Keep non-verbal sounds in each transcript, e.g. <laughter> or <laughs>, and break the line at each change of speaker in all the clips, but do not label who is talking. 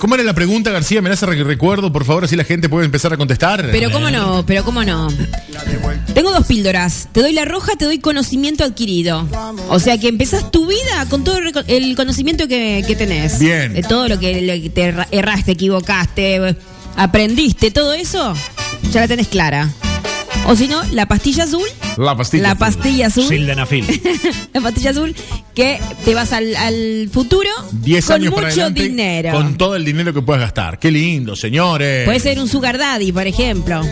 ¿Cómo era la pregunta, García? Me la hace re- recuerdo, por favor, así la gente puede empezar a contestar.
Pero cómo no, pero cómo no. Tengo dos píldoras. Te doy la roja, te doy conocimiento adquirido. O sea que empezás tu vida con todo el reco- el conocimiento que, que tenés.
Bien.
De todo lo que lo que te erra- erraste, equivocaste, aprendiste, todo eso, ya la tenés clara. O si no, la pastilla azul.
La pastilla.
La pastilla azul.
Sildenafil.
<laughs> La pastilla azul que te vas al, al futuro
10
con
años
mucho
para adelante,
dinero.
Con todo el dinero que puedas gastar. Qué lindo, señores.
Puede ser un sugar daddy, por ejemplo.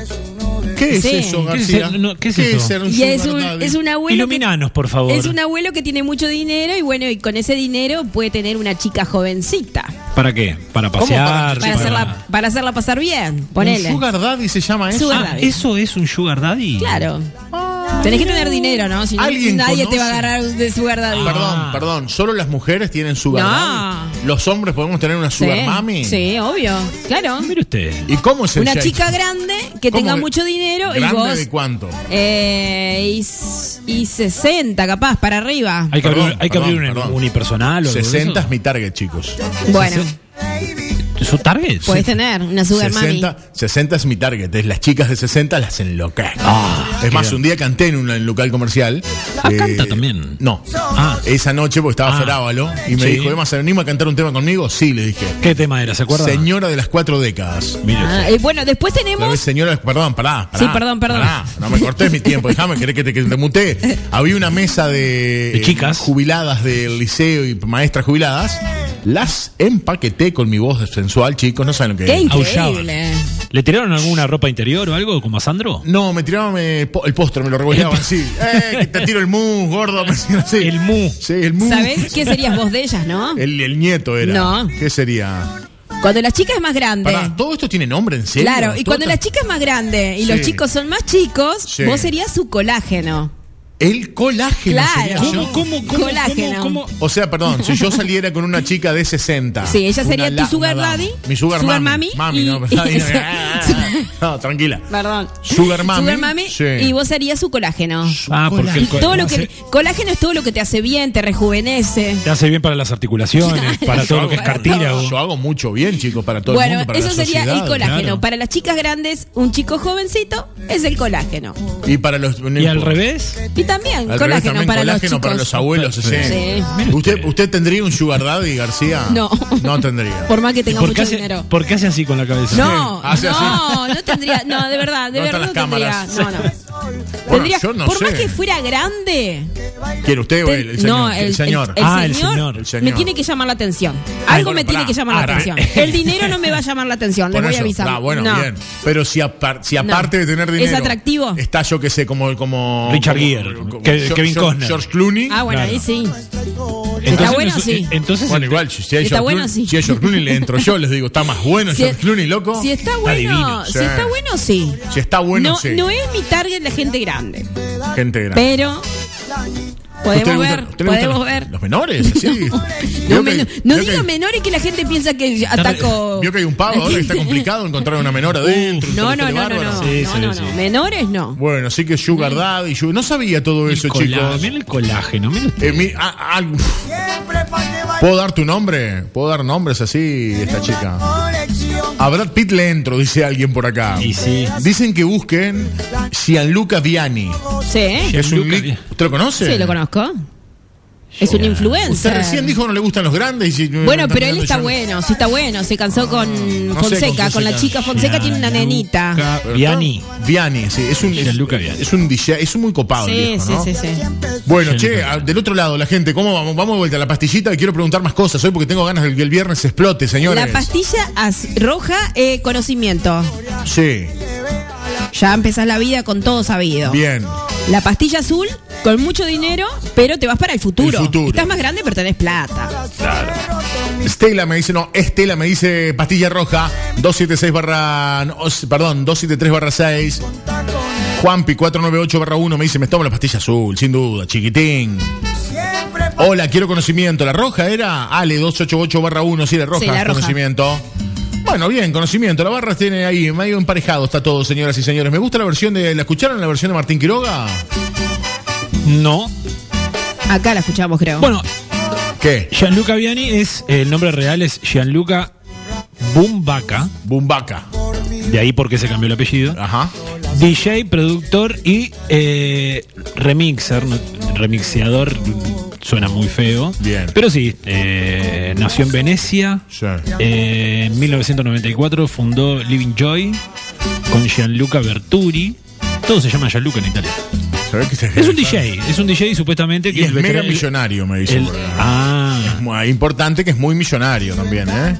¿Qué es
sí.
eso,
¿Qué es
García?
ser- no, ¿qué es eso?
ser un
Y es un,
sugar daddy?
es un abuelo. que-
Iluminanos, por favor.
Es un abuelo que tiene mucho dinero y bueno, y con ese dinero puede tener una chica jovencita
¿Para qué? Para
¿Cómo
pasear.
para hacerla, para hacerla pasar bien,
Ah, ¿Un
ponele.
sugar daddy se llama eso?
Sugar
Ah,
daddy.
¿Eso es un sugar daddy?
Claro. Tenés que tener dinero, ¿no? Si no, nadie
Ah, ¿Alguien
te va a
conoce? Ah,
agarrar de sugar daddy.
Perdón, perdón. ¿Solo las mujeres tienen sugar
No.
daddy? ¿Los hombres podemos tener una
Sí,
sugar mami?
Sí, obvio. Claro.
Mire usted.
¿Y cómo es el
Una
shape?
chica grande que
¿Cómo
tenga
que-
mucho dinero y
¿Grande
vos.
de cuánto?
eh, y, s- y 60 capaz para arriba.
Hay que
Perdón,
abrir, hay que
perdón,
abrir un
perdón. Ah,
unipersonal o algo de
60 es
eso.
mi target, chicos.
Bueno,
¿Su target?
podés tener una sugar mami.
60, 60 es mi target, es las chicas de 60 las enloquezco. es más, un día canté en un en local comercial. Eh,
Ah, canta también.
No.
Ah.
Esa noche, porque estaba
Ah.
Ferábalo, y me
Sí.
dijo, Emma, ¿se anima a cantar un tema conmigo? Sí, le dije.
¿Qué tema era? ¿Se acuerda?
Señora de las cuatro décadas.
Mire usted.
Ah, y bueno, después
La vez
tenemos.
señora, perdón, pará, pará,
Sí, perdón, perdón.
pará, no me cortés mi tiempo, déjame, querés que te, que te mutee. Había una mesa de,
De chicas.
eh, jubiladas del liceo y maestras jubiladas. Las empaqueté con mi voz sensual, chicos, no saben lo que
Qué
es.
increíble.
¿Le tiraron alguna ropa interior o algo como a Sandro?
No, me tiraban eh, po- el postre, me lo regoleaban así. Eh, que te tiro el mu, gordo, <laughs> me decían así.
El mu.
Sí, el mu.
¿Sabés qué serías vos de ellas, no?
El, el nieto era.
No.
¿Qué sería?
Cuando la chica es más grande.
Pará, todo esto tiene nombre, en serio.
Claro, y
Todo
cuando
esta-
la chica es más grande y
Sí.
los chicos son más chicos,
Sí.
vos serías su colágeno.
El colágeno
Claro.
sería yo.
¿Cómo, cómo, cómo,
Colágeno.
cómo, cómo?
O sea, perdón, si yo saliera con una chica de 60.
Sí, ella
una
sería tu
la-
sugar
una dama.
daddy,
Mi sugar,
sugar
mami.
mami
Mami,
y-
no,
y- <laughs>
ahí no, no, tranquila.
Perdón.
Sugar mami.
Sugar mami
Sí.
y vos serías su colágeno.
Ah, porque el co-
Todo lo
se-
que colágeno es todo lo que te hace bien, te rejuvenece.
Te hace bien para las articulaciones, para todo lo que es
Para
cartílago.
Yo hago mucho bien, chicos, para todo el
bueno,
mundo. Para
eso
la
sería
sociedad,
el colágeno.
claro.
Para las chicas grandes, un chico jovencito es el colágeno.
Y para los. no
¿Y al
importa.
revés?
Y también
Al
colágeno
revés también,
para los
colágeno
chicos.
para los abuelos.
Sí.
sí.
Sí.
¿Usted, ¿Usted tendría un sugar daddy, García?
<laughs> No.
No tendría.
Por más que
¿Y
tenga
por qué
mucho
hace-
dinero.
¿Por qué hace así con la cabeza?
No,
<laughs> Sí, hace
no, no tendría, no, de verdad, de
No están
verdad no
las
tendría,
cámaras.
no, no. Tendría-
yo no
por
sé.
más que fuera grande,
¿Quiere usted o
ten-
el, el señor?
no, el, el-
señor.
el
Ah, el
señor
señor,
el
me
señor.
tiene que llamar la atención. Algo
bueno,
me tiene
pará,
que llamar la
pará.
atención.
<laughs>
El dinero no me va a llamar la atención, les
Por
voy a
eso.
avisar.
Ah, bueno,
No.
bien. Pero si, apar- si
No.
aparte de tener
¿Es
dinero.
atractivo?
Está yo que sé, como. como
Richard
como-
Gere,
como-
Ke-
George-
Kevin
George-
Costner.
George Clooney.
Ah, bueno, ahí sí.
Entonces,
bueno,
eso-
sí.
Entonces,
Bueno, igual, si, si hay
Está
George
bueno,
Clooney,
sí.
si hay George Clooney le entro yo, les digo, está más bueno
Si-
George Clooney, loco.
Si está
divino,
bueno, si
sí.
está bueno, sí.
Si está bueno,
No,
sí.
no es mi target la gente grande,
Gente grande.
pero
¿Usted le
podemos
gusta-
ver,
usted le gustan
podemos
los-
ver.
Los menores, sí.
No, meno- no digo menores que la gente piensa que ataco.
Vio que hay un pavo ahora que
<laughs>
está complicado encontrar una menor adentro.
No,
un
no, no, no,
bárbaro.
no.
Sí,
no,
sí,
no,
sí.
no. Menores no.
Bueno, así que Sugar Daddy, yo no sabía todo eso, chicos.
Mira el colágeno, mira usted.
Eh, mi- ah, ah, ¿Puedo dar tu nombre? ¿Puedo dar nombres así, esta chica? A Brad Pitt le entro, dice alguien por acá.
Y sí.
Dicen que busquen Gianluca Viani.
Sí, ¿eh?
que es un
Gianluca
li-
Viani.
¿Usted lo conoce?
sí, lo conozco. Es un
Usted
influencer.
recién dijo que no le gustan los grandes. y-
Bueno, pero él
Yo-
está bueno, sí está bueno. Se cansó con
con
Fonseca,
Fonseca.
con la chica Fonseca tiene una nenita.
Pero está-
Viani.
Viani, sí. Es un, es,
Gianluca Viani.
es un DJ, es un muy copado. el
Sí,
viejo,
sí,
¿no?
sí, sí.
Bueno,
Sí,
che,
claro.
a- del otro lado, la gente, ¿cómo vamos? Vamos de vuelta a la pastillita, que quiero preguntar más cosas hoy porque tengo ganas de que el viernes se explote, señores.
La pastilla az- roja, eh, conocimiento.
Sí,
Ya empezás la vida con todo sabido.
bien.
La pastilla azul, con mucho dinero, pero te vas para el futuro.
El futuro.
Estás más grande, pero tenés plata.
Estela me dice, no, Estela me dice pastilla roja, 276 barra, no, os- perdón, 273 barra 6. Juanpi 498 barra 1 me dice, me tomo la pastilla azul, sin duda, chiquitín. Hola, quiero conocimiento. La roja era Ale 288 barra 1, sí, la roja,
Sí, la roja.
conocimiento. Bueno, bien, conocimiento. La barra tiene ahí, medio emparejado está todo, señoras y señores. Me gusta la versión de, ¿la escucharon la versión de Martín Quiroga?
No.
Acá la escuchamos, creo.
Bueno,
¿Qué?
eh, Gianluca Viani es, el nombre real es Gianluca Bumbaca,
Bumbaca.
de ahí porque se cambió el apellido.
Ajá.
DJ, productor y eh, remixer, no- remixeador suena muy feo.
Bien.
Pero sí, eh, nació en Venecia.
Sí.
Eh, en 1994 fundó Living Joy con Gianluca Berturi. Todo se llama Gianluca en Italia.
¿Sabés qué se <laughs>
Es un DJ, es un DJ supuestamente que
Y es
el
mega
veterano-
millonario, me
el-
dicen. por acá.
ah,
Muy Importante que es muy millonario también, ¿eh?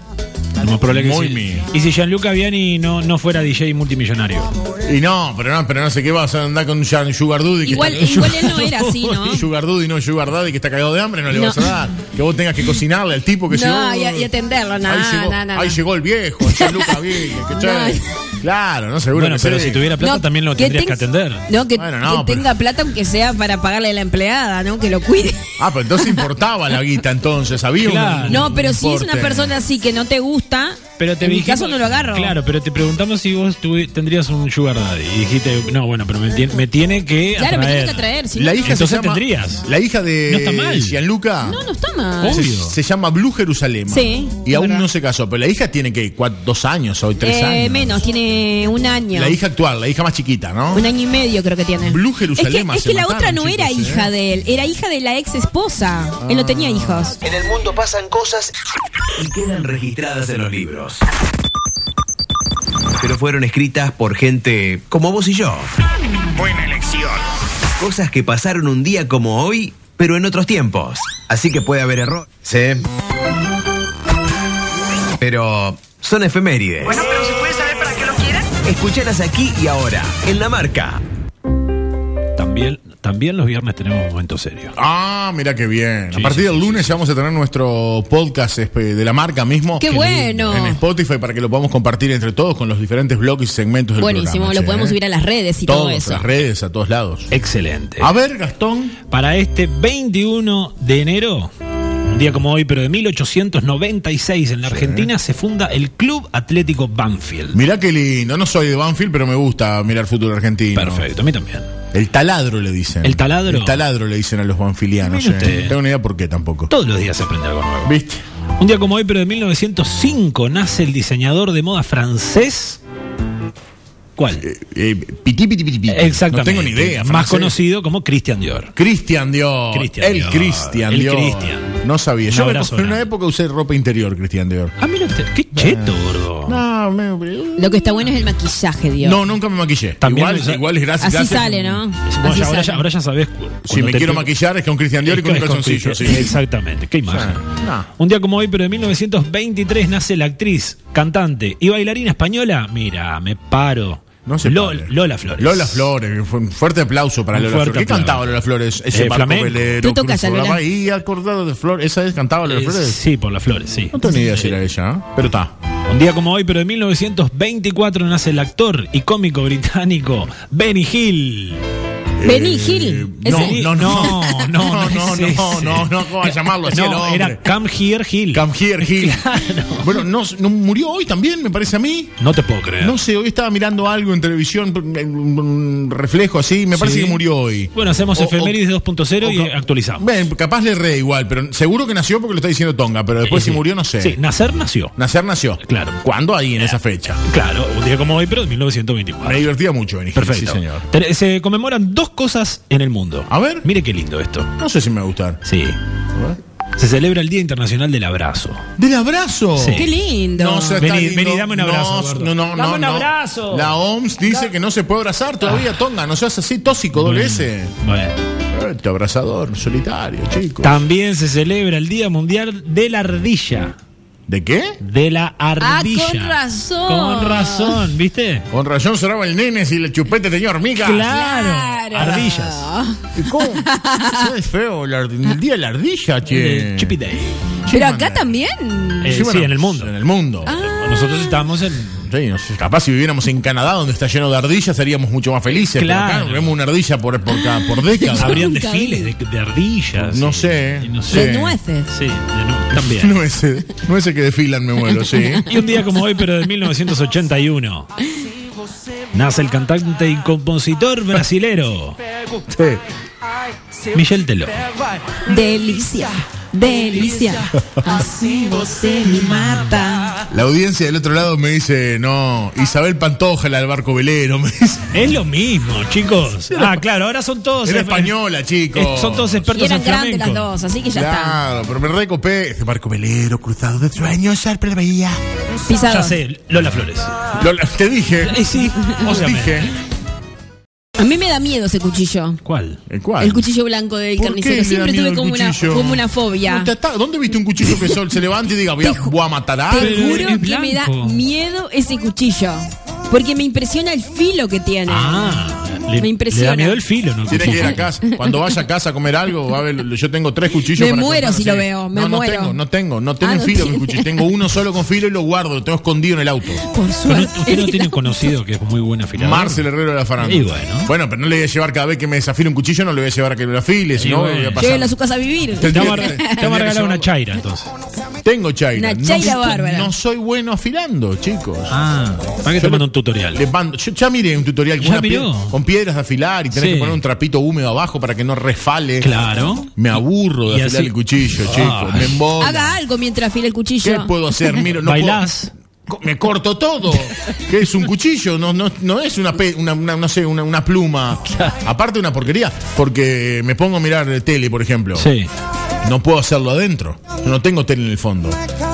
lo más probable que
Muy
sí.
mi-
Y si Gianluca Viani no, no fuera DJ multimillonario.
Y no, pero no, pero no sé qué vas a andar con un Jan- Sugar Daddy que
Igual,
<laughs> está-
igual él no era así,
<laughs>
¿no?
Sugar Daddy, no Sugar Daddy que está cagado de hambre, no le
No.
vas a dar. Que vos tengas que cocinarle al tipo que
No,
llegó.
y a- y atenderlo, no,
ahí llegó,
no, no.
ahí llegó el viejo,
<laughs>
Gianluca Ville, ¿cachai? Claro, no seguro
Bueno,
que
pero
sí.
si tuviera plata también lo
que ten-
tendrías que atender.
No, que,
Bueno, no,
que
pero-
tenga plata aunque sea para pagarle a la empleada, ¿no? Que lo cuide.
Ah, pero entonces importaba la guita entonces, había un-
Claro.
un
No, pero si es una
importe.
persona así que no te gusta,
Pero te
en mi
dijimos-
caso no lo agarro.
Claro, pero te preguntamos si vos tuvi- tendrías un sugar daddy. Y dijiste, no, bueno, pero me, tien- me tiene que
Claro,
atraer.
me tiene que atraer. si
La
no,
hija
Entonces
se llama,
tendrías.
La hija de
No está mal.
Gianluca.
no, no está mal. Eh,
Obvio.
Se, se llama Blue Jerusalén.
Sí,
Y
es
aún
verdad.
no se casó. Pero la hija tiene que dos años hoy, tres
Eh,
años.
menos, tiene un año.
La hija actual, la hija más chiquita, ¿no?
Un año y medio creo que tiene.
Blue
es que,
Jerusalén
es
se
que la
mataron,
otra no era
chicos, ¿eh? Ah.
hija de él, era hija de la ex esposa. Él no tenía hijos.
En el mundo pasan cosas
y quedan registradas en los libros. Pero fueron escritas por gente como vos y yo. Buena elección. Cosas que pasaron un día como hoy, pero en otros tiempos. Así que puede haber errores, ¿eh? Pero son efemérides.
Bueno, pero se puede saber para qué lo quieren.
Escuchalas aquí y ahora, en la marca.
También, también los viernes tenemos momentos serios.
Ah, mira qué bien.
Sí,
a partir
sí,
del
sí,
lunes ya vamos a tener nuestro podcast este, de la marca mismo.
Qué Qué bueno. lindo.
En este Spotify para que lo podamos compartir entre todos con los diferentes bloques y segmentos del
Buenísimo,
programa,
lo
che,
podemos
¿eh?
subir a las redes y
Todos,
todo eso.
las redes, a todos lados.
Excelente.
A ver, Gastón.
Para este 21 de enero, un día como hoy, pero de 1896 en la Argentina, se funda el Club Atlético Banfield.
Mirá qué lindo. No soy de Banfield, pero me gusta mirar fútbol argentino.
Perfecto, a mí también.
El taladro le dicen.
¿El taladro?
El taladro le dicen a los banfilianos.
Mire
eh.
usted.
No tengo ni idea por qué tampoco.
Todos los días se aprende algo nuevo.
¿Viste?
Un día como hoy, pero de 1905, nace el diseñador de moda francés. ¿Cuál?
Eh, eh, pití, pití, pití, pití.
Exactamente.
No tengo ni idea.
Más
francés.
conocido como Christian Dior.
Cristian Dior.
Christian
el
Dior.
Cristian
El
Dior.
Christian.
No sabía.
Un
Yo
abrazo
en una
grande.
época usé ropa interior, Cristian Dior.
Ah, mira usted, qué cheto, gordo.
No, me-
Lo que está bueno es el maquillaje, Dios.
no, nunca me maquillé.
También
igual,
usa-
igual es gracias.
Así
gracias-
sale, ¿no?
Bueno,
Así
ya, ahora, ya,
sale.
ahora ya sabes.
Si me quiero maquillar es con Cristian Dior y con un calzoncillo. sí.
Exactamente, qué imagen.
Sí, no.
Un día como hoy, pero en 1923 nace la actriz, cantante y bailarina española. Mira, me paro.
No se
Lo-
pare.
Lola Flores.
Lola Flores, fue un fuerte aplauso para
Un
Lola
fuerte
Flores. ¿Qué
aplauso.
cantaba Lola Flores? Ese
Eh,
barco
flamenco.
velero,
Tú tocas
cruzó
a
la
Lola.
bahía, acordado de Flores. ¿Esa es cantaba Lola
Eh,
Flores?
sí, por las flores, sí.
No tengo ni idea si era ella, ¿eh? pero está.
Un día como hoy, pero en 1924 nace el actor y cómico británico Benny Hill.
Benny
Eh,
Hill,
No,
ese.
no, <laughs> no,
no,
no, no,
es
no,
ese.
no, no, ¿cómo va a llamarlo así el
No,
hombre?
era Cam Here Hill.
Come here,
<laughs>
Hill. Bueno, no, no- murió hoy también, me parece a mí.
No te puedo creer.
No sé, hoy estaba mirando algo en televisión, un un reflejo así, me parece
Sí.
que murió hoy.
Bueno, hacemos
O- o-
efemérides 2.0 y
o-
actualizamos.
Ven, capaz le re igual, pero seguro que nació porque lo está diciendo Tonga, pero después
Eh, Sí,
si murió no sé.
Sí, nacer nació.
Nacer nació.
Claro.
¿Cuándo ahí en esa fecha?
Claro, un día como hoy, pero en
Me
1924.
divertía mucho, Benny Hill,
Perfecto.
sí, señor.
Te- Se conmemoran dos cosas en el mundo.
A ver.
Mire qué lindo esto.
No sé si me va a gustar.
Sí. Se celebra el Día Internacional del Abrazo.
¡Del abrazo!
Sí.
Qué lindo.
No, sea
Vení,
tan lindo.
vení, dame un abrazo,
No,
Eduardo.
No, no, no,
Dame un
no.
abrazo.
La OMS dice que no se puede abrazar todavía, Tonga. No seas así tóxico, doble S.
Bueno.
Este abrazador, solitario, chico.
También se celebra el Día Mundial de la Ardilla.
¿De qué?
De la ardilla.
Ah, con razón. Ah.
Con razón, ¿viste?
Con razón sonaba el nene si el chupete tenía hormigas.
Claro. Ardillas.
Ah.
¿Y
<laughs>
¿Cómo? Qué feo, la- el día de la ardilla, che.
Eh, Chippy Day.
Pero
Sí,
acá
man.
también.
Eh, sí,
bueno,
en el mundo. Ah.
En el mundo.
Nosotros estamos en
Sí, no sé, capaz si viviéramos en Canadá, donde está lleno de ardillas, seríamos mucho más felices. Pero
Claro.
acá vemos una ardilla por, por, cada- por décadas.
Habrían
nunca
desfiles de, de ardillas.
No
y-
sé.
y no
Sí.
sé.
De nueces.
Sí, de nu- también.
<laughs> No ese, no ese que desfilan, me muero,
<laughs>
sí.
Y un día como hoy, pero de 1981. Nace el cantante y compositor brasilero
Sí.
Michel Teló.
Delicia. Delicia. Así você me mata.
La audiencia del otro lado me dice, no, Isabel Pantoja, la del barco velero, me dice.
Es lo mismo, chicos. Ah, claro, ahora son todos.
Era
eh,
española,
eh,
chicos.
Son todos
Y
expertos
eran
en
grandes las
flamenco.
dos, así que ya
Claro, pero me recopé. Este barco velero cruzado de sueños, siempre le veía.
está. Pisado.
Ya sé, Lola Flores.
Lola, te dije.
Eh, sí,
Os
ósame.
dije.
A mí me da miedo ese cuchillo.
¿Cuál?
¿El cuál?
El cuchillo blanco del
¿Por qué le
carnicero.
da
Siempre
miedo
tuve
el
como una,
cuchillo?
como una fobia.
¿Dónde está? ¿Dónde viste un cuchillo que sol se levante y diga, voy a, voy a matar a
Te
alguien?
pero es
juro que me da
blanco.
miedo ese cuchillo. Porque me impresiona el filo que tiene.
Ah, le,
Eh, Me impresiona.
le da miedo el filo, ¿no?
Tiene que ir a casa. Cuando vaya a casa a comer algo, va a ver, yo tengo tres cuchillos.
Me
para
muero
cortar,
si
sí.
lo veo, me
no, no
muero.
tengo, no tengo, no tengo
Ah, no
filo mi
tiene.
cuchillo. Tengo uno solo con filo y lo guardo, lo tengo escondido en el auto.
Por
Pero
suerte.
usted no tiene un conocido que es muy buen afilador.
Marcel Herrero de la Faranda.
Y bueno.
pero no le voy a llevar cada vez que me desafile un cuchillo, no le voy a llevar a que lo afile, si no
bueno.
voy a pasar.
Llévelo a su casa a vivir.
Te-
Te vamos a-
Tendría que-
te vamos
tendría
a
que
regalar
llevarlo.
una chaira, entonces.
Tengo chaira.
Una chaira
no,
bárbara.
No soy bueno afilando, chicos.
Ah, para que te mando un tutorial.
Le mando- yo ya miré un tutorial con,
¿Ya
una pie-
miró?
con piedras de afilar y tenés
Sí.
que poner un trapito húmedo abajo para que no resfale.
Claro.
Me aburro de
Y
afilar
así-
el cuchillo, chicos. Me embola.
Haga algo mientras afila el
¿Qué
cuchillo.
puedo hacer? Miro, no
Bailás.
puedo- co- me corto todo. que es un cuchillo, no, no, no es una, pe- una- una- no sé, una, una pluma. Aparte una porquería, porque me pongo a mirar tele, por ejemplo.
Sí.
No puedo hacerlo adentro. Yo no tengo tele en el fondo.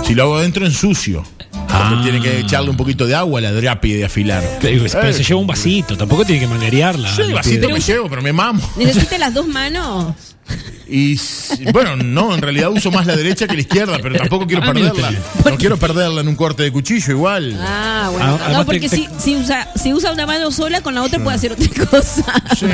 Si lo hago adentro, ensucio.
Ah.
Porque tiene que echarle un poquito de agua a la drapi de afilar.
Pero,
Eh,
se lleva un vasito, tampoco tiene que manguerearla.
Sí, el
la
vasito
piedra.
me llevo, pero me mamo.
¿Necesita las dos manos?
Y s- bueno, no, en realidad uso más la derecha que la izquierda, pero tampoco
<laughs>
quiero
Ah, mira
perderla.
usted.
No quiero perderla en un corte de cuchillo igual.
Ah, bueno.
Ah, además
no, porque
te- te-
Si, si usa, si usa una mano sola, con la otra puede hacer otra <laughs> cosa.
Sí.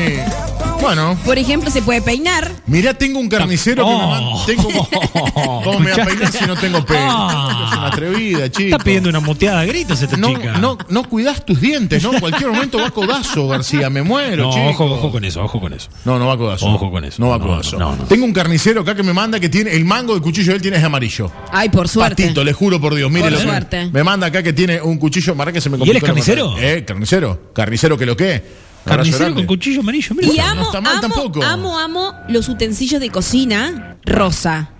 Bueno,
Por ejemplo, se puede peinar.
mirá, tengo un carnicero que me
Oh.
manda. Tengo... ¿Cómo me voy a peinar si no tengo pelo?
Ah.
Es una atrevida, chico.
Está pidiendo una moteada a gritos esta
no,
chica.
no, no cuidás tus dientes, ¿no? En cualquier momento va codazo, García, me muero,
No,
chico.
ojo, ojo con eso, ojo con eso.
No, no va a codazo.
Ojo con eso.
No va a
No,
codazo.
no, no.
Tengo un carnicero acá que me manda que tiene. El mango del cuchillo de él tiene es amarillo.
Ay, por suerte.
Patito, le juro por Dios, mire
Por
lo que-
suerte.
Me manda acá que tiene un cuchillo. Mará que se me
¿Y él es
complicó la
carnicero?
marca. Eh, carnicero. Carnicero que lo que.
Carnicero con cuchillo amarillo, mira.
Y amo,
está mal
amo,
tampoco.
amo, amo los utensilios de cocina rosa.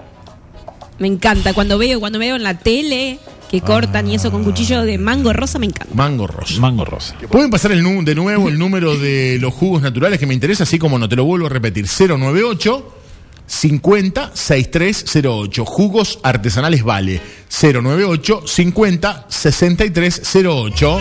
Me encanta. Cuando veo, cuando veo en la tele
Ah.
que cortan y eso con cuchillo de mango rosa, me encanta.
Mango rosa.
Mango rosa.
Pueden pasar el nu- de nuevo el número de los jugos naturales que me interesa, así como no te lo vuelvo a repetir. 098 50 6308. Jugos artesanales vale. 098 50 6308.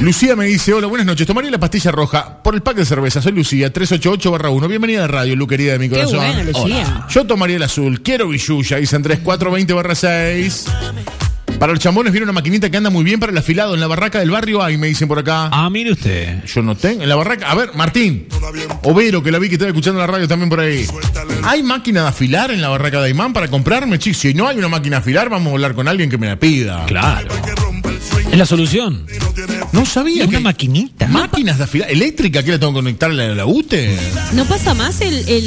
Lucía me dice, hola, buenas noches. Tomaría la pastilla roja por el pack de cerveza. Soy Lucía, 388-1. Bienvenida a la radio, Lu, querida de mi corazón.
bueno, Lucía.
Hola. Yo tomaría el azul. Quiero billulla. Dicen 3420-6. Para los chambones viene una maquinita que anda muy bien para el afilado. En la barraca del barrio hay, me dicen por acá.
Ah, mire usted.
Yo no tengo. En la barraca. A ver, Martín. Overo, que la vi que estaba escuchando la radio también por ahí. ¿Hay máquina de afilar en la barraca de Imán para comprarme, chicos? Si no hay una máquina de afilar, vamos a hablar con alguien que me la pida.
Claro. Es la solución.
No sabía.
Una
que-
maquinita.
Máquinas de afilar. ¿Eléctrica que la tengo que conectar a la, la UTE?
¿No pasa más el, el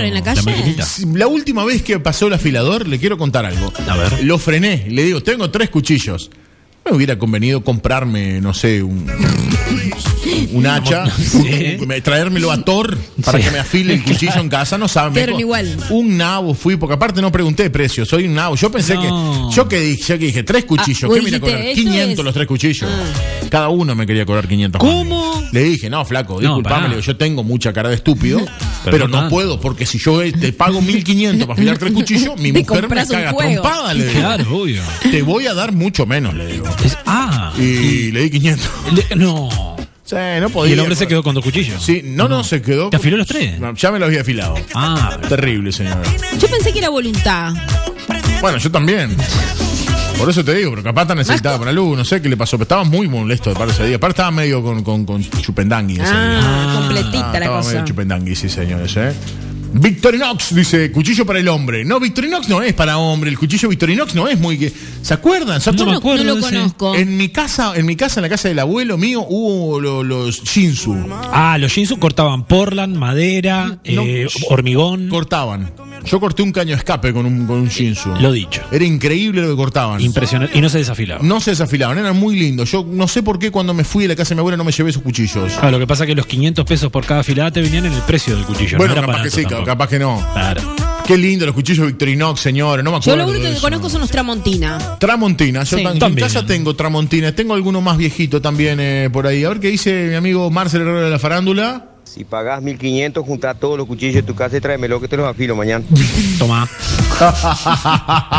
eso?
en la
La
calle?
maquinita.
Si- La última vez que pasó el afilador, le quiero contar algo.
A ver.
Lo frené. Le digo, tengo tres cuchillos. Me hubiera convenido comprarme, no sé,
<laughs>
un, un hacha,
Sí.
un- me- traérmelo a Thor para
Sí.
que me afile
<laughs>
el cuchillo en casa, no saben. me
Quedaron
co-
igual.
Un nabo fui, porque aparte no pregunté precio, soy un nabo. Yo pensé
No.
que, yo que dije, yo que dije, tres cuchillos,
Ah,
¿qué
vos
me iba a cobrar?
dijiste, esto
500
es- Ah.
los tres cuchillos. Cada uno me quería cobrar 500 más.
¿Cómo?
Le dije, no, flaco,
pará.
disculpame, le digo, yo tengo mucha cara de estúpido, pero,
no
no
tanto.
puedo, porque si yo eh, te pago 1500 para afilar
<laughs>
tres cuchillos, mi
Te
mujer me
compras un
caga
juego.
trompada, le digo.
Claro, obvio.
Te voy a dar mucho menos, le digo.
Es- ah.
Y le di 500.
le- no.
Sí, no podía. pues.
Y el hombre se quedó con dos cuchillos.
Sí, no, no, se quedó.
¿Te afiló los tres?
No, Ya me los había afilado.
Ah.
Terrible, señora.
Yo pensé que era voluntad.
Bueno, yo también. Por eso te digo, pero capaz te necesitaba para luz, no sé qué le pasó, pero estaba muy molesto de parte ese día. Aparte estaba medio con, con, con chupendangui ese día.
Ah,
Ah,
completita la
estaba
cosa.
medio chupendangui, sí, señores, ¿eh? Victorinox dice, cuchillo para el hombre. No, Victorinox no es para hombre, el cuchillo Victorinox no es muy que. ¿Se acuerdan? ¿Se
No
acuerdan?
Yo
me
no,
acuerdo
no lo
de ese.
conozco.
En mi casa, en mi casa, en la casa del abuelo mío, hubo lo- los Shinsu.
Ah, los Jinsu cortaban porlan, madera, eh, hormigón.
Cortaban. Yo corté un caño escape con un, con un Shinsu.
Lo dicho.
Era increíble lo que cortaban.
Impresionante. Y no se desafilaba.
No se desafilaban, eran muy lindos. Yo no sé por qué cuando me fui de la casa de mi abuela no me llevé esos cuchillos.
Ah, lo que pasa es que los 500 pesos por cada afilada te venían en el precio del cuchillo.
bueno,
no era
capaz
barato
que sí,
tampoco.
capaz que no.
Claro.
Qué lindo los cuchillos Victorinox, señora. No me
Yo
acuerdo.
lo único
de
que
eso.
conozco son los Tramontina.
Tramontina, yo
Sí,
tan- en
también.
casa tengo Tramontina, tengo alguno más viejito también eh, por ahí. A ver qué dice mi amigo Marcel Herrera de la Farándula.
Si pagas 1500, juntá todos los cuchillos de tu casa y tráemelo que te los afilo mañana.
<laughs>
Toma.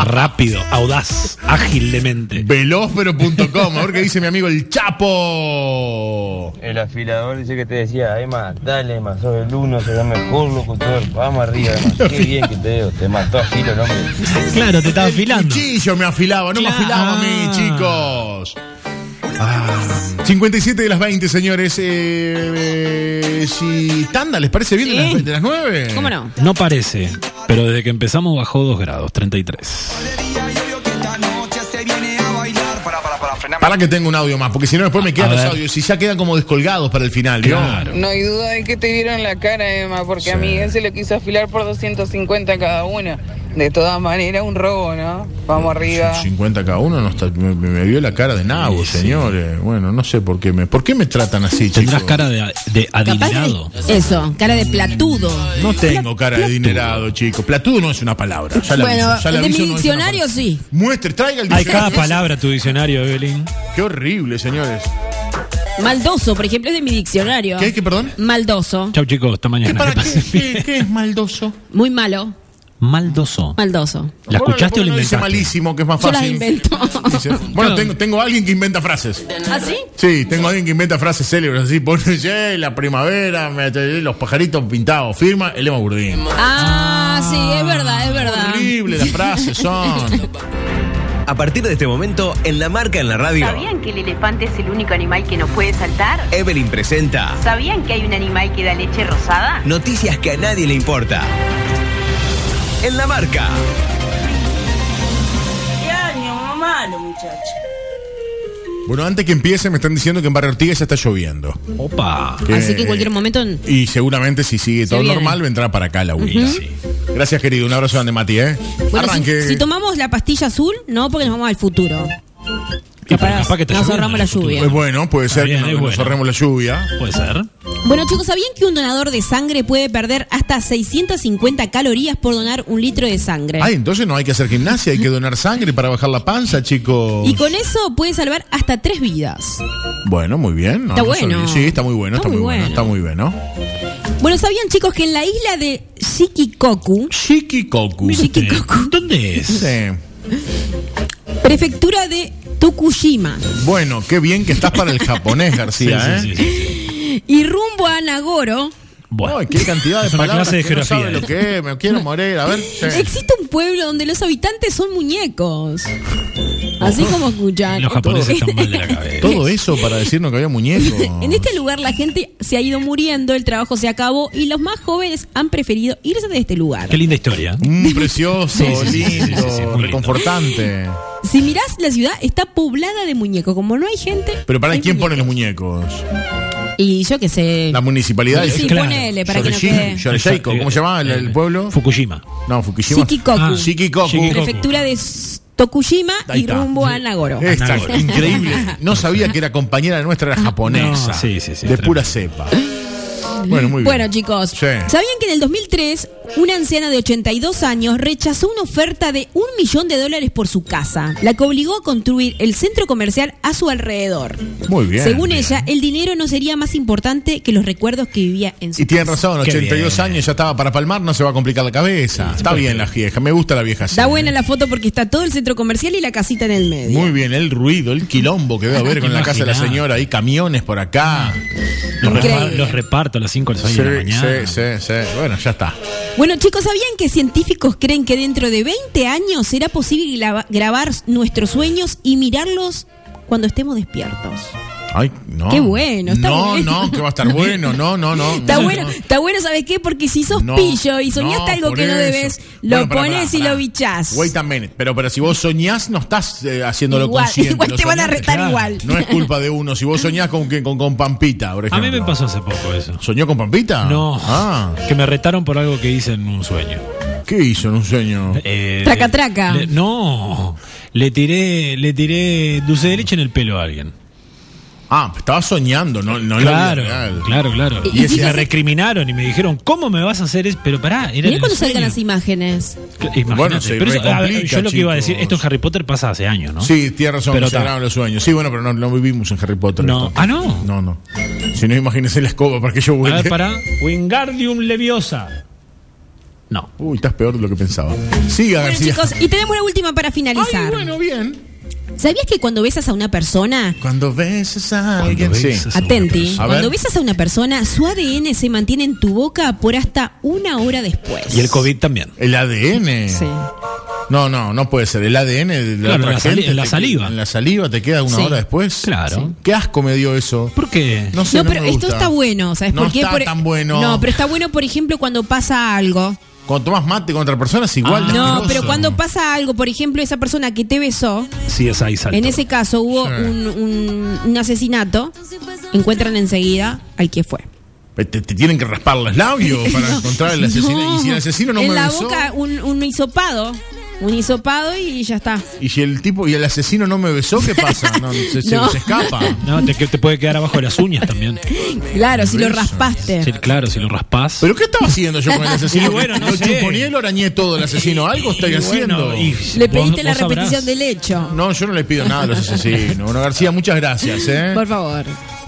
Rápido, audaz, ágil de mente.
Velóspero.com, a ver qué dice mi amigo el Chapo.
El afilador dice que te decía, Emma, dale, Emma, sos el uno, será mejor locutor. Vamos arriba, Emma. Qué bien que te veo, te mató afilo el hombre.
Claro, te estaba afilando.
Cuchillo me afilaba, no
Claro.
me afilaba a mí, chicos. Ah, 57 de las 20, señores. Eh, eh, si Tanda, ¿les parece bien de,
Sí.
las, de las 9?
¿Cómo no?
No parece, pero desde que empezamos bajó 2 grados, 33.
Para que tengo un audio más, porque si no después me quedan
A
los
ver.
audios y ya quedan como descolgados para el final, ¿vio?
Claro.
No hay duda de que te vieron la cara, Emma, porque a Miguel se lo quiso afilar por 250 cada uno. De todas maneras, un robo, ¿no? Vamos arriba.
50 cada uno no está- me, me- me vio la cara de nabo,
Sí, sí.
señores. Bueno, no sé por qué me, por qué me tratan así,
Tendrás
chicos.
cara de, de
Capaz que-
adinerado.
eso, cara de platudo.
No tengo cara de adinerado, chicos. Platudo no es una palabra. Ya la
Bueno,
aviso, ya la
de mi
aviso, no es una
diccionario,
palabra.
sí.
Muestre, traiga el
Hay
diccionario.
cada palabra en tu diccionario, Evelyn.
Qué horrible, señores.
Maldoso, por ejemplo, es de mi diccionario.
¿Qué hay que, perdón?
Maldoso.
Chau chicos, hasta mañana. que pasen bien.
es maldoso?
Muy malo.
Maldoso.
Maldoso.
¿La escuchaste o la
no dice
inventaste?
malísimo, que es más
Yo las
fácil.
invento.
<laughs> Dice- Bueno, tengo, tengo alguien que inventa frases.
¿Ah, sí?
Sí, tengo alguien que inventa frases célebres así. Pone, "Yeah, la primavera, me- los pajaritos pintados. Firma, el Emma Burdín.
Ah, sí, es verdad, es verdad.
Horrible las frases son.
A partir de este momento, en La Marca en la Radio,
¿Sabían que el elefante es el único animal que no puede saltar?
Evelyn presenta
¿Sabían que hay un animal que da leche rosada?
Noticias que a nadie le importa. En La Marca,
Bueno, antes que empiece, me están diciendo que en Barrio Ortigas ya está lloviendo.
Opa.
<laughs> Así que cualquier momento.
Y seguramente, si sigue todo
viene.
normal, vendrá para acá la agüita.
Sí.
Gracias, querido. Un abrazo grande, Mati, ¿eh?
Bueno,
Arranque.
Si, si tomamos la pastilla azul, no, porque nos vamos al futuro.
pero
Capaz
capaz que te
nos
ayudan
ahorramos
en
la
el futuro.
lluvia.
Es Eh, bueno, puede ser
bien,
que
es
nos
bueno.
ahorremos la lluvia.
Puede ser.
Bueno, chicos, ¿sabían que un donador de sangre puede perder hasta 650 calorías por donar un litro de sangre?
Ay, entonces no hay que hacer gimnasia, hay que donar sangre para bajar la panza, chicos.
Y con eso puede salvar hasta tres vidas.
Bueno, muy bien. no,
Está
no
bueno.
sabía. Sí, está muy bueno, está, muy bueno. está muy bueno.
Bueno, ¿sabían, chicos, que en la isla de Shikikoku,
Shikikoku.
Shikikoku.
¿Dónde es?
Sí.
prefectura de Tokushima,
Bueno, qué bien que estás para el japonés, García, ¿eh?
Sí, sí, sí, sí.
y rumbo a Nagoro,
Bueno.
Ay, qué cantidad de
Es una
palabras
clase de
que no sabe
geografía, ¿eh?
lo que es, me quiero morir,
<laughs>
a ver. sí.
existe un pueblo donde los habitantes son muñecos.
Oh.
Así como escuchan.
Los japoneses
<laughs>
están mal de la cabeza.
Todo eso para decirnos que había muñecos.
En este lugar la gente se ha ido muriendo, el trabajo se acabó y los más jóvenes han preferido irse de este lugar.
Qué linda historia. ¿eh?
Mm, precioso,
Sí, sí, sí, sí, sí, sí,
lindo,
sí, sí, muy lindo.
reconfortante.
Si mirás, la ciudad está poblada de muñecos. Como no hay gente.
Pero para
hay
quién
muñecos.
pone los muñecos?
Y yo qué sé.
La municipalidad.
Sí,
de-
sí,
Claro. Eh,
ponele para que no
Yoroshin-
quede.
Yorosheiko, ¿cómo se llama el, el pueblo?
Fukushima.
No, Fukushima.
Shikikoku.
Ah,
Shikikoku.
Shikikoku.
Prefectura de S- Tokushima
Ahí
y
está. Eh,
rumbo a Nagoro.
Esta,
Nagoro.
increíble. No sabía que era compañera nuestra, era japonesa.
No, sí, sí, sí,
de
tremendo.
pura cepa. Bueno, muy bien.
Bueno, chicos,
Sí.
¿sabían que en el 2003 una anciana de 82 años rechazó una oferta de un millón de dólares por su casa, la que obligó a construir el centro comercial a su alrededor?
Muy bien.
Según
Bien.
ella, el dinero no sería más importante que los recuerdos que vivía en su
Y tiene
casa.
razón,
Qué
82
bien.
años ya estaba para palmar, no se va a complicar la cabeza. Está bien la vieja, me gusta la vieja. así.
Da buena la foto porque está todo el centro comercial y la casita en el medio.
¿eh? Muy bien, el ruido, el quilombo que debe haber con la casa de la
Imaginá.
señora, hay camiones por acá.
Los,
Increíble.
repa- los reparto a las 5 de la de la mañana.
sí, sí, sí. Bueno, ya está.
Bueno, chicos, ¿sabían que científicos creen que dentro de 20 años será posible grava- grabar nuestros sueños y mirarlos cuando estemos despiertos?
Ay, no.
Qué bueno, está
No,
bueno.
no, que va a estar bueno, no, no, no.
Está
No,
bueno,
no.
está bueno, ¿sabes qué? Porque si sos
No,
pillo y soñaste
no,
algo
por
que no
eso.
debes, lo
Bueno, pará,
pones
pará,
y
pará.
lo bichás.
Wait a minute. Pero, pero si vos soñás, no estás eh, haciéndolo
Igual,
consciente.
<laughs> igual
lo
te van a
soñaste.
retar
claro.
igual.
No es culpa de uno. Si vos soñás con, que- con, con Pampita, por
A
ejemplo.
mí me pasó hace poco eso.
¿Soñó con Pampita?
No,
Ah,
que me retaron por algo que hice en un sueño.
¿qué hizo en un sueño?
Eh,
Traca, traca.
le- no, le tiré, le tiré dulce de leche en el pelo a alguien.
Ah, estaba soñando, no, no en la vida
Claro,
real.
claro, claro.
Y-
Y,
y
me
fíjese-
recriminaron y me dijeron, ¿cómo me vas a hacer eso? Pero pará, era en
Mirá
el
cuando salgan
sueño.
las imágenes.
Cla- Imagínate.
Bueno, se
pero eso- a ver,
recomplica,
yo lo que iba a decir,
chicos.
esto en Harry Potter pasa hace años, ¿no?
Sí, tienes razón,
Pero
se
ta.
agravan los sueños. Sí, bueno, pero no, no vivimos en Harry Potter.
No.
entonces.
Ah, no.
No, no. Si no, imagínense la escoba para que yo
A
vuelva.
ver, pará. Wingardium Leviosa. No.
Uy, estás peor de lo que pensaba. Siga,
Bueno,
García.
chicos, y tenemos la última para finalizar.
Ay, bueno, bien.
¿Sabías que cuando besas a una persona,
Cuando beses a alguien, sí.
besas-
atenti,
A ver.
cuando besas a una persona, su ADN se mantiene en tu boca por hasta una hora después?
Y el COVID también.
El ADN.
Sí.
No, no, no puede ser. El ADN de la
Claro,
otra
en la sali-
gente
en la
te-
saliva.
En la saliva te queda una
Sí.
hora después.
Claro. Sí.
Qué asco me dio eso.
¿Por qué?
No sé,
no,
no
pero
me
esto
gusta.
está bueno, ¿sabes
No
por qué?
está
Por-
tan bueno.
No, pero está bueno, por ejemplo, cuando pasa algo.
Cuando tomas mate con otra persona es igual.
Ah.
de
No,
asqueroso.
pero cuando pasa algo, por ejemplo, esa persona que te besó,
Sí, es ahí salto.
en ese caso hubo un, un- un asesinato, encuentran enseguida al que fue.
Te, te tienen que raspar los
<laughs>
labios para encontrar el asesino.
No.
Y si el asesino no
En
me
la
besó.
boca un, un hisopado, un hisopado y ya está.
Y si el tipo y el asesino no me besó, ¿qué
<laughs>
pasa? No, se, se-
No.
se escapa.
No, te, que te puede quedar abajo de las uñas
<laughs>
también.
Claro, si lo
Beso.
raspaste.
Sí, claro, si lo raspás.
¿Pero qué estaba haciendo yo
<laughs>
con el asesino?
Y bueno, no
¿Lo
sé.
chuponé, lo arañé todo el asesino? ¿Algo estoy
Y
haciendo?
bueno, y
Le
vos-
pediste la
vos sabrás.
repetición del hecho.
No, yo no le pido nada a los asesinos. Bueno, García, muchas gracias. ¿eh?
Por favor.